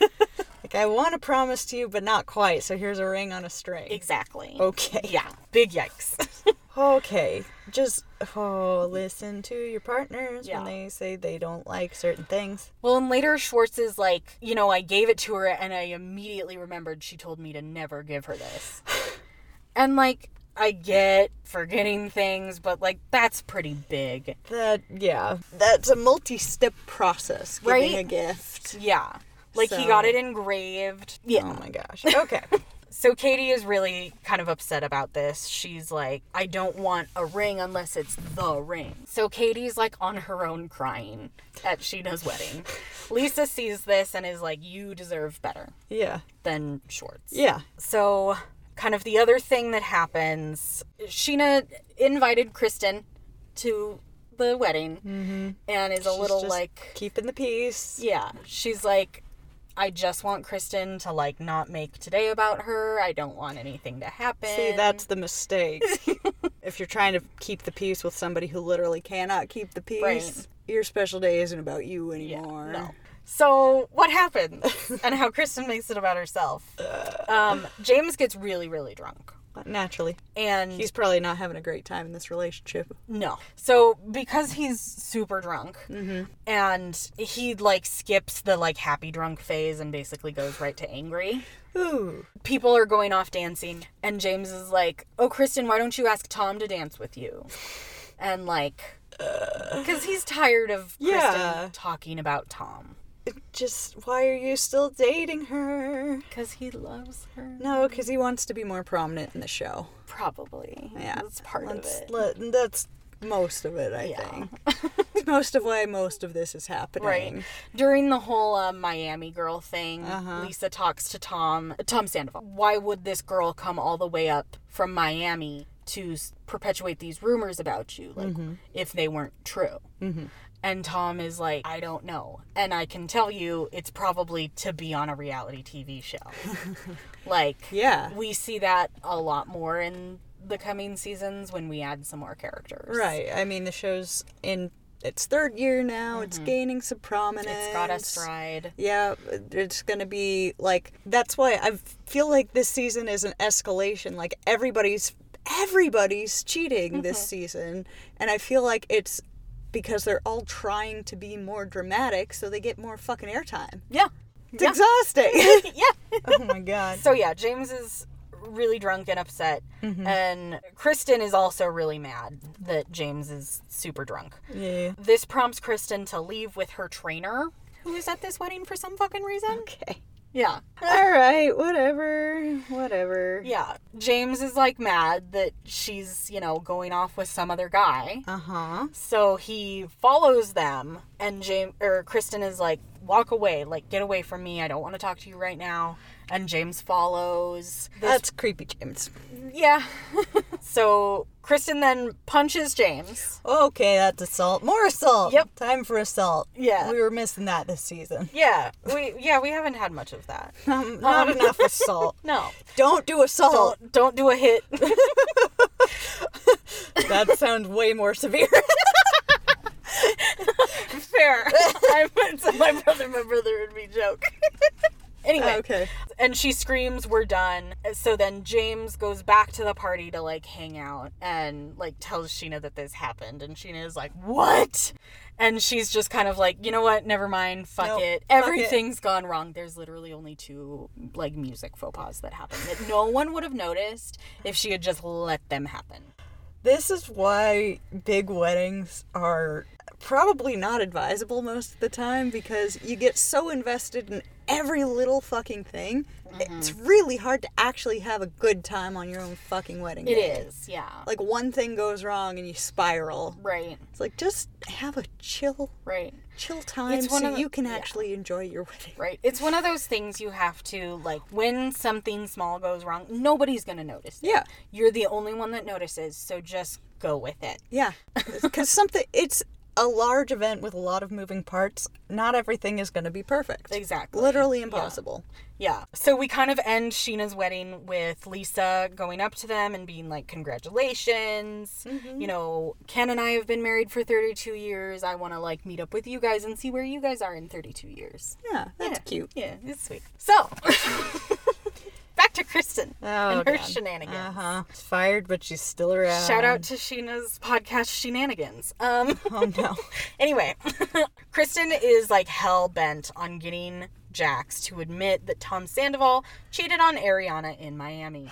A: like I want to promise to you, but not quite. So here's a ring on a string.
D: Exactly.
A: Okay.
D: Yeah. Big yikes.
A: Okay. Just oh, listen to your partners
D: Yeah.
A: when they say they don't like certain things.
D: well, and later Schwartz is like, you know, I gave it to her and I immediately remembered she told me to never give her this. and like, I get forgetting things, but like, that's pretty big.
A: That yeah. That's a multi-step process giving
D: Right?
A: a gift.
D: Yeah. Like, he
A: So-
D: got it engraved. Yeah.
A: Oh my gosh. Okay.
D: So Katie is really kind of upset about this. She's like, I don't want a ring unless it's the ring. So Katie's like on her own crying at Sheena's wedding. Lisa sees this and is like, You deserve better
A: yeah.
D: than shorts.
A: Yeah.
D: So, kind of the other thing that happens, Sheena invited Kristen to the wedding and is a little
A: Mm-hmm. just-
D: like,
A: Keeping the peace.
D: yeah, she's like, I just want Kristen to like not make today about her. I don't want anything to happen.
A: See, that's the mistake. if you're trying to keep the peace with somebody who literally cannot keep the peace,
D: Right.
A: your special day isn't about you anymore.
D: no. So what happens, and how Kristen makes it about herself? Um, James gets really, really drunk,
A: Naturally.
D: and
A: He's probably not having a great time in this relationship.
D: No. So because he's super drunk
A: Mm-hmm.
D: and he like skips the like happy drunk phase and basically goes right to angry,
A: Ooh.
D: people are going off dancing and James is like, "Oh, Kristen, why don't you ask Tom to dance with you?" And like cuz he's tired of
A: Uh. Yeah.
D: Kristen talking about Tom
A: Just why are you still dating her?
D: cuz he loves her.
A: No, because he wants to be more prominent in the show.
D: Probably.
A: Yeah,
D: That's part
A: That's,
D: of it.
A: let- that's most of it, I
D: Yeah.
A: think. It's most of why most of this is happening.
D: Right. During the whole uh, Miami girl thing, Lisa talks to Tom, Tom Sandoval. Why would this girl come all the way up from Miami to s- perpetuate these rumors about you, like if they weren't true? And Tom is like, I don't know. And I can tell you it's probably to be on a reality TV show. like,
A: Yeah.
D: we see that a lot more in the coming seasons when we add some more characters.
A: Right. I mean, the show's in its third year now. It's gaining some prominence.
D: Mm-hmm. It's got a stride.
A: Yeah, it's going to be like that's why I feel like this season is an escalation. Like everybody's everybody's cheating this
D: Mm-hmm.
A: season, and I feel like it's because they're all trying to be more dramatic so they get more fucking airtime.
D: Yeah.
A: It's exhausting.
D: Yeah.
A: oh my god.
D: So yeah, James is really drunk and upset, and Kristen is also really mad that James is super drunk.
A: Yeah.
D: This prompts Kristen to leave with her trainer, who is at this wedding for some fucking reason.
A: Okay.
D: Yeah.
A: All right, whatever. Whatever.
D: Yeah, James is like mad that she's, you know, going off with some other guy.
A: Uh-huh.
D: So he follows them, and James or Kristen is like, "Walk away, like get away from me. I don't want to talk to you right now." And James follows. This
A: That's creepy, James.
D: Yeah. so Kristen then punches James.
A: Okay, that's assault. More assault.
D: Yep.
A: Time for assault.
D: Yeah.
A: We were missing that this season.
D: Yeah, we yeah we haven't had much of that.
A: Um, not enough assault.
D: No,
A: Don't do assault.
D: don't don't do a hit.
A: That sounds way more severe.
D: there. I'm, it's my brother, my brother and me joke. anyway,
A: Okay.
D: and she screams, "We're done." So then James goes back to the party to like hang out and like tells Sheena that this happened, and Sheena is like, "What?" And she's just kind of like, "You know what? Never mind. Fuck
A: Nope.
D: it.
A: Fuck it."
D: Everything's gone wrong." There's literally only two like music faux pas that happened that no one would have noticed if she had just let them happen.
A: This is why big weddings are probably not advisable most of the time because you get so invested in every little fucking thing. It's
D: Mm-hmm.
A: really hard to actually have a good time on your own fucking wedding
D: It
A: day.
D: is, yeah.
A: Like one thing goes wrong and you spiral.
D: Right,
A: It's like just have a chill
D: right.
A: chill time
D: It's one
A: so
D: of the-
A: you can
D: yeah.
A: actually enjoy your wedding.
D: Right. It's one of those things you have to like when something small goes wrong, nobody's going to notice. it.
A: Yeah.
D: You're the only one that notices, so just go with it.
A: Yeah, because something it's a large event with a lot of moving parts. Not everything is going to be perfect.
D: Exactly.
A: Literally
D: Yeah.
A: impossible.
D: Yeah. So we kind of end Sheena's wedding with Lisa going up to them and being like, Congratulations.
A: Mm-hmm.
D: You know, Ken and I have been married for 32 years. I want to like meet up with you guys and see where you guys are in 32 years.
A: Yeah, that's cute.
D: Yeah, it's sweet. So back to Kristen and her shenanigans.
A: huh. Fired, but Oh, Uh-huh. she's still around.
D: Shout out to Sheena's podcast shenanigans. Um
A: Um, Oh no.
D: anyway, Kristen is like hell bent on getting Jax to admit that Tom Sandoval cheated on Ariana in Miami.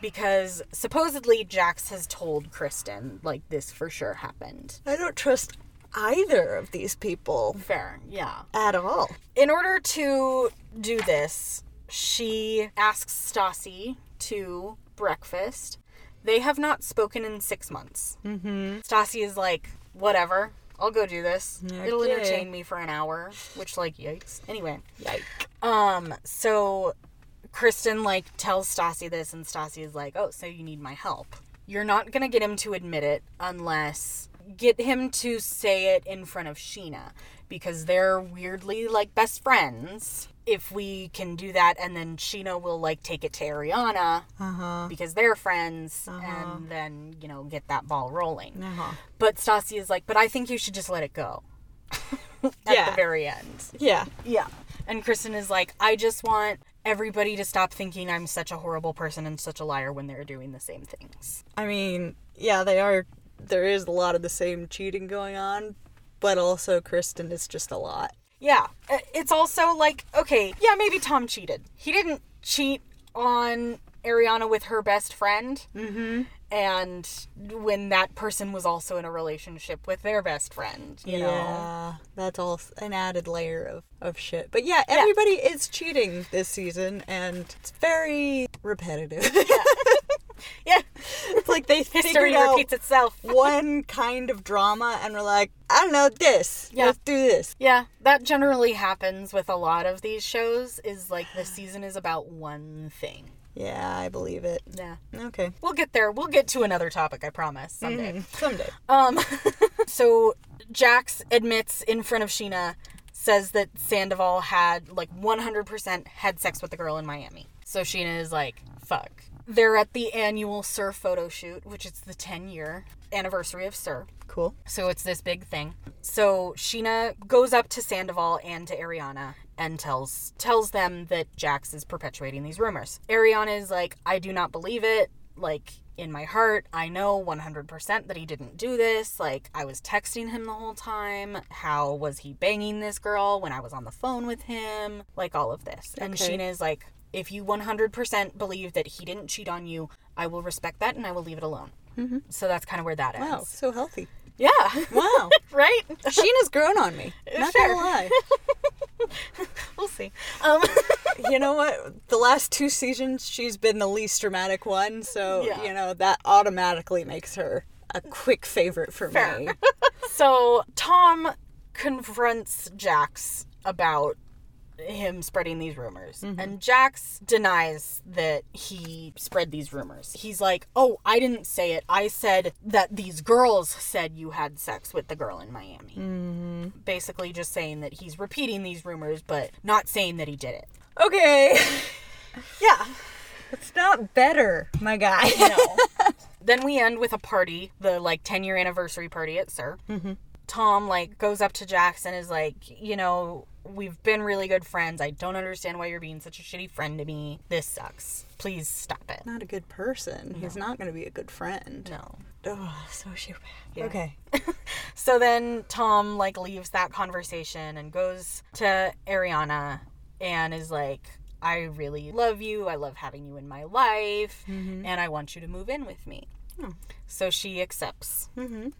D: Because supposedly Jax has told Kristen like this for sure happened.
A: I don't trust either of these people
D: Fair, yeah.
A: at all.
D: in order to do this, she asks Stassi to breakfast. They have not spoken in six months. Mm-hmm. Stassi is like, whatever, I'll go do this. It'll
A: Okay.
D: entertain me for an hour, which, like, yikes. Anyway, yikes. Um, so Kristen like tells Stassi this, and Stassi is like, "Oh, so you need my help? You're not gonna get him to admit it unless get him to say it in front of Sheena, because they're weirdly like best friends. If we can do that, and then Sheena will like take it to Ariana because they're friends, and then you know get that ball rolling. But Stassi is like, "But I think you should just let it go." At
A: Yeah.
D: the very end.
A: Yeah.
D: Yeah. And Kristen is like, I just want everybody to stop thinking I'm such a horrible person and such a liar when they're doing the same things.
A: I mean, yeah, they are. There is a lot of the same cheating going on, but also Kristen is just a lot.
D: Yeah. Uh, It's also like, okay, yeah, maybe Tom cheated. He didn't cheat on Ariana with her best friend. Mm hmm. And when that person was also in a relationship with their best friend, you know?
A: Yeah, that's all s- an added layer of, of shit. But yeah, everybody is cheating this season, and it's very repetitive.
D: Yeah.
A: it's like they
D: History
A: figured out
D: repeats itself.
A: one kind of drama, and we're like, I don't know, this.
D: Yeah.
A: Let's do this.
D: Yeah, that generally happens with a lot of these shows, is like the season is about one thing.
A: Yeah, I believe it.
D: Yeah.
A: Okay,
D: We'll get there. We'll get to another topic, I promise, someday.
A: Mm. someday.
D: Um, so Jax admits in front of Sheena, says that Sandoval had like 100% had sex with the girl in Miami. So Sheena is like, fuck. They're at the annual Sir photo shoot, which is the 10 year anniversary of Sir.
A: Cool.
D: So it's this big thing. So Sheena goes up to Sandoval and to Ariana and tells tells them that Jax is perpetuating these rumors. Ariana is like, I do not believe it. Like in my heart, I know 100% that he didn't do this. Like I was texting him the whole time. How was he banging this girl when I was on the phone with him? Like all of this. And Sheena is like, if you 100% believe that he didn't cheat on you, I will respect that and I will leave it alone. So that's kind of where that ends.
A: Wow, so healthy.
D: Yeah.
A: Wow.
D: right?
A: Sheena's grown on me. Not
D: Sure.
A: gonna lie.
D: We'll see. Um,
A: you know what? The last two seasons, she's been the least dramatic one, so
D: Yeah.
A: you know that automatically makes her a quick favorite for me.
D: so Tom confronts Jax about him spreading these rumors. And Jax denies that he spread these rumors. He's like, "Oh, I didn't say it. I said that these girls said you had sex with the girl in Miami." Basically just saying that he's repeating these rumors but not saying that he did it.
A: Okay,
D: Yeah.
A: it's not better, my guy.
D: then we end with a party, the like 10 year anniversary party at Sir. Mm-hmm. Tom like goes up to Jackson is like, you know, we've been really good friends. I don't understand why you're being such a shitty friend to me. This sucks. Please stop it.
A: Not a good person. He's not going to be a good friend.
D: No.
A: Oh, so stupid. Okay.
D: So then Tom like leaves that conversation and goes to Ariana and is like, I really love you. I love having you in my life and I want you to move in with me. So she accepts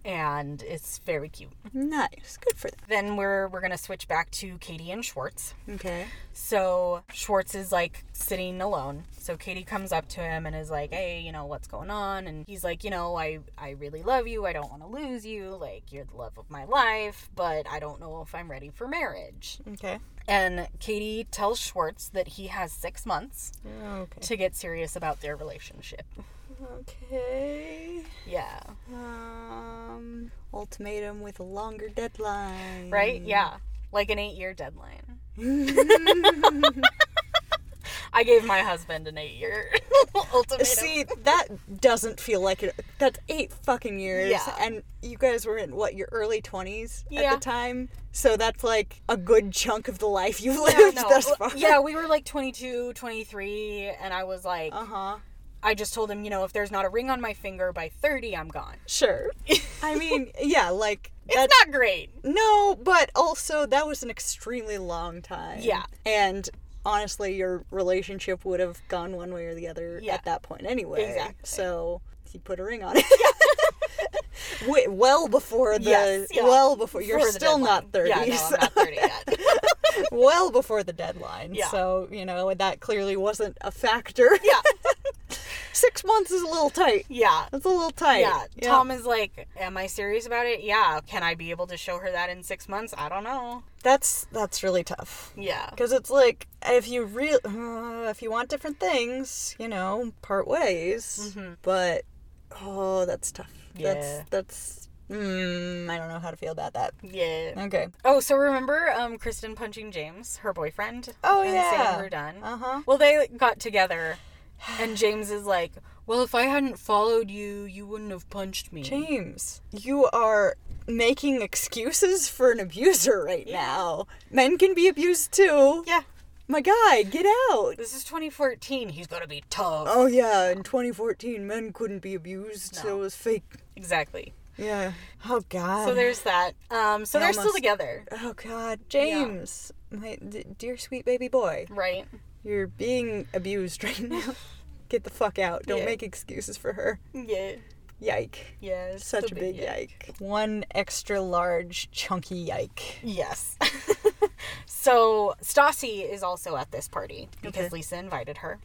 D: and it's very cute.
A: Nice. Good for them.
D: Then we're we're gonna switch back to Katie and Schwartz.
A: Okay.
D: So Schwartz is like sitting alone. So Katie comes up to him and is like, "Hey, you know what's going on?" And he's like, "You know, I I really love you. I don't want to lose you. Like you're the love of my life, but I don't know if I'm ready for marriage."
A: Okay.
D: And Katie tells Schwartz that he has 6 months
A: Okay.
D: to get serious about their relationship.
A: Okay.
D: Yeah.
A: Um, ultimatum with a longer deadline.
D: Right? Yeah. Like an 8-year deadline. I gave my husband an 8-year ultimatum.
A: See, that doesn't feel like it. That's eight fucking years.
D: Yeah.
A: And you guys were in, what, your early 20s at
D: Yeah.
A: the time? So that's like a good chunk of the life you've
D: Yeah,
A: lived
D: no.
A: thus
D: Well,
A: far.
D: Yeah, we were like 22, 23, and I was like,
A: Uh huh.
D: I just told him, you know, if there's not a ring on my finger by 30, I'm gone.
A: Sure. I mean, yeah, like.
D: It's not great.
A: No, but also that was an extremely long time.
D: Yeah.
A: And honestly, your relationship would have gone one way or the other
D: Yeah.
A: at that point anyway.
D: Exactly.
A: So he put a ring on it. Wait, well before the
D: Yes, yeah.
A: well before you're
D: For the
A: still not 30.
D: deadline. Yeah, no, I'm
A: so-
D: not 30 yet.
A: well before the deadline.
D: Yeah.
A: So, you know, that clearly wasn't a factor.
D: yeah.
A: 6 months is a little tight.
D: Yeah.
A: That's a little tight.
D: Yeah. Tom is like, am I serious about it? Yeah. Can I be able to show her that in six months? I don't know.
A: That's that's really tough.
D: Yeah.
A: Because it's like if you real uh, if you want different things, you know, part ways. But oh, that's tough.
D: Mm-hmm. Yeah.
A: That's that's mm, I don't know how to feel about that.
D: Yeah.
A: Okay.
D: Oh, so remember um, Kristen punching James, her boyfriend?
A: Oh,
D: and
A: yeah.
D: saying we're done.
A: Uh huh.
D: Well, they got together, and James is like, "Well, if I hadn't followed you, you wouldn't have punched me."
A: James, you are making excuses for an abuser right now. Men can be abused too.
D: Yeah,
A: My guy, get out.
D: this is 2014. He's gotta be tough.
A: Oh yeah, in 2014, men couldn't be abused. So it was fake.
D: Exactly.
A: Yeah. Oh God.
D: So there's that. Um, so
A: They
D: they're still
A: almost-
D: together,
A: Oh God, James, my d- dear sweet baby boy,
D: right?
A: you're being abused right now. Get the fuck out! Don't
D: Yeah.
A: make excuses for her.
D: Yeah.
A: Yike!
D: Yeah. it's
A: Such
D: the
A: a big yike. One extra large chunky yike.
D: Yes. so Stassi is also at this party because Lisa invited her.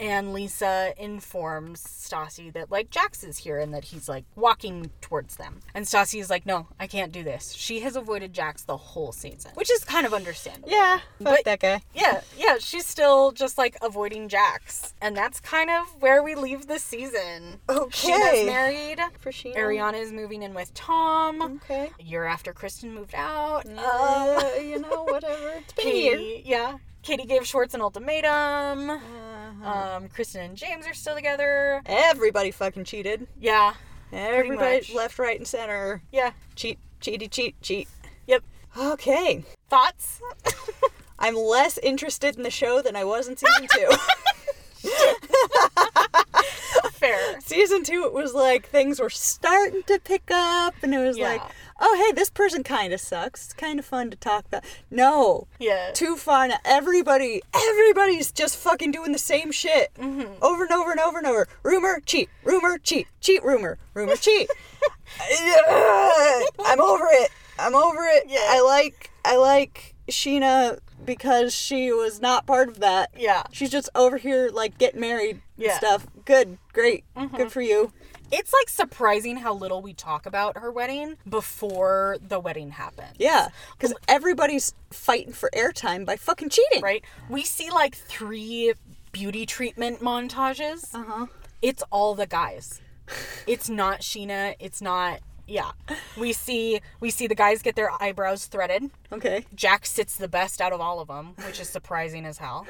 D: And Lisa informs Stassi that, like, Jax is here and that he's, like, walking towards them. And Stassi is like, no, I can't do this. She has avoided Jax the whole season, which is kind of understandable.
A: Yeah, fuck
D: But-
A: that guy.
D: Yeah, yeah, she's still just like avoiding Jax. And that's kind of where we leave this season.
A: Okay.
D: Sheena's married.
A: For Sheena.
D: Ariana is moving in with Tom.
A: Okay.
D: A year after Kristen moved out. Uh,
A: Uh, you know, whatever. It's been a year.
D: Katie, yeah. Katie gave Schwartz an ultimatum.
A: Uh-huh.
D: Um, Kristen and James are still together.
A: Everybody fucking cheated.
D: Yeah,
A: Everybody,
D: much.
A: left, right, and center.
D: yeah.
A: Cheat, cheaty, cheat, cheat.
D: Yep.
A: Okay.
D: Thoughts?
A: I'm less interested in the show than I was in season two.
D: Fair.
A: season two, it was like things were starting to pick up, and it was like,
D: Yeah.
A: oh, hey, this person kind of sucks. It's kind of fun to talk about. No.
D: Yeah.
A: Too fun. Everybody, everybody's just fucking doing the same shit
D: Mm-hmm.
A: over and over and over and over. Rumor, cheat, rumor, cheat, cheat, rumor, rumor, cheat. Ugh, I'm over it. I'm over it. Yeah. I like I like Sheena because she was not part of that.
D: Yeah.
A: She's just over here like getting married and
D: Yeah.
A: stuff. Good, great, good for you.
D: It's like surprising how little we talk about her wedding before the wedding happened.
A: Yeah, because everybody's fighting for airtime by fucking cheating.
D: Right? We see like three beauty treatment montages. Uh huh. It's all the guys. It's not Sheena. It's not. Yeah. We see we see the guys get their eyebrows threaded.
A: Okay.
D: Jack sits the best out of all of them, which is surprising as hell.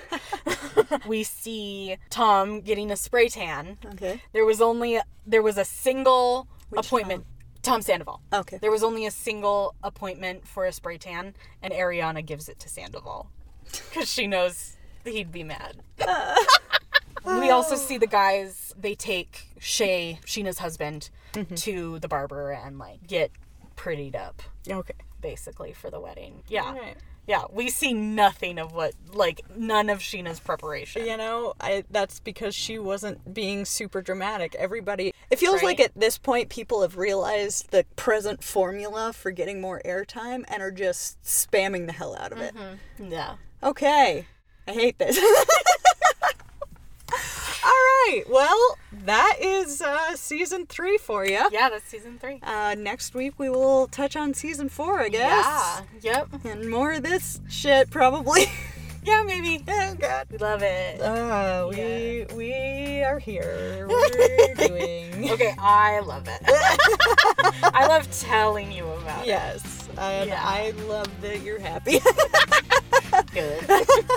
D: we see Tom getting a spray tan.
A: Okay.
D: There was only there was a single appointment. Tom Sandoval.
A: Okay.
D: There was only a single appointment for a spray tan, and Ariana gives it to Sandoval because she knows he'd be mad. we
A: Oh.
D: also see the guys, they take Shay, Sheena's husband,
A: Mm-hmm.
D: to the barber and like get prettied up
A: Okay.
D: basically for the wedding. Yeah.
A: Alright.
D: Yeah, we see nothing of what like none of Sheena's preparation.
A: You know, I, that's because she wasn't being super dramatic. Everybody, it feels like
D: Right.
A: at this point people have realized the present formula for getting more airtime and are just spamming the hell out of it.
D: Yeah.
A: Okay, I hate this. All right, well, that is uh, season three for you.
D: Yeah, that's season 3.
A: Uh, next week we will touch on season four, I guess.
D: Yeah. Yep.
A: And more of this shit, probably.
D: Yeah, maybe.
A: oh, God.
D: We love it.
A: Uh, we we are here. We're doing.
D: Okay, I love it. I love telling you about it.
A: Yes, and
D: Yeah.
A: I love that you're happy.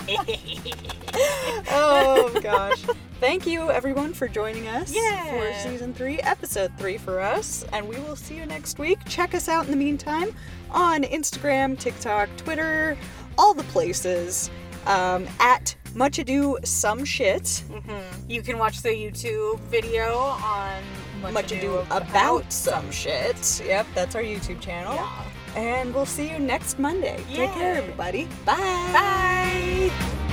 D: Good.
A: oh gosh. Thank you everyone for joining us
D: Yeah.
A: for season three, episode three for us, and we will see you next week. Check us out in the meantime on Instagram, TikTok, Twitter, all the places um, at Much Ado Some Shit.
D: you can watch the YouTube video on much,
A: Much Ado About Some Shit. Yep, that's our YouTube channel.
D: Yeah.
A: And we'll see you next Monday. Take
D: Yeah.
A: care, everybody.
D: Bye.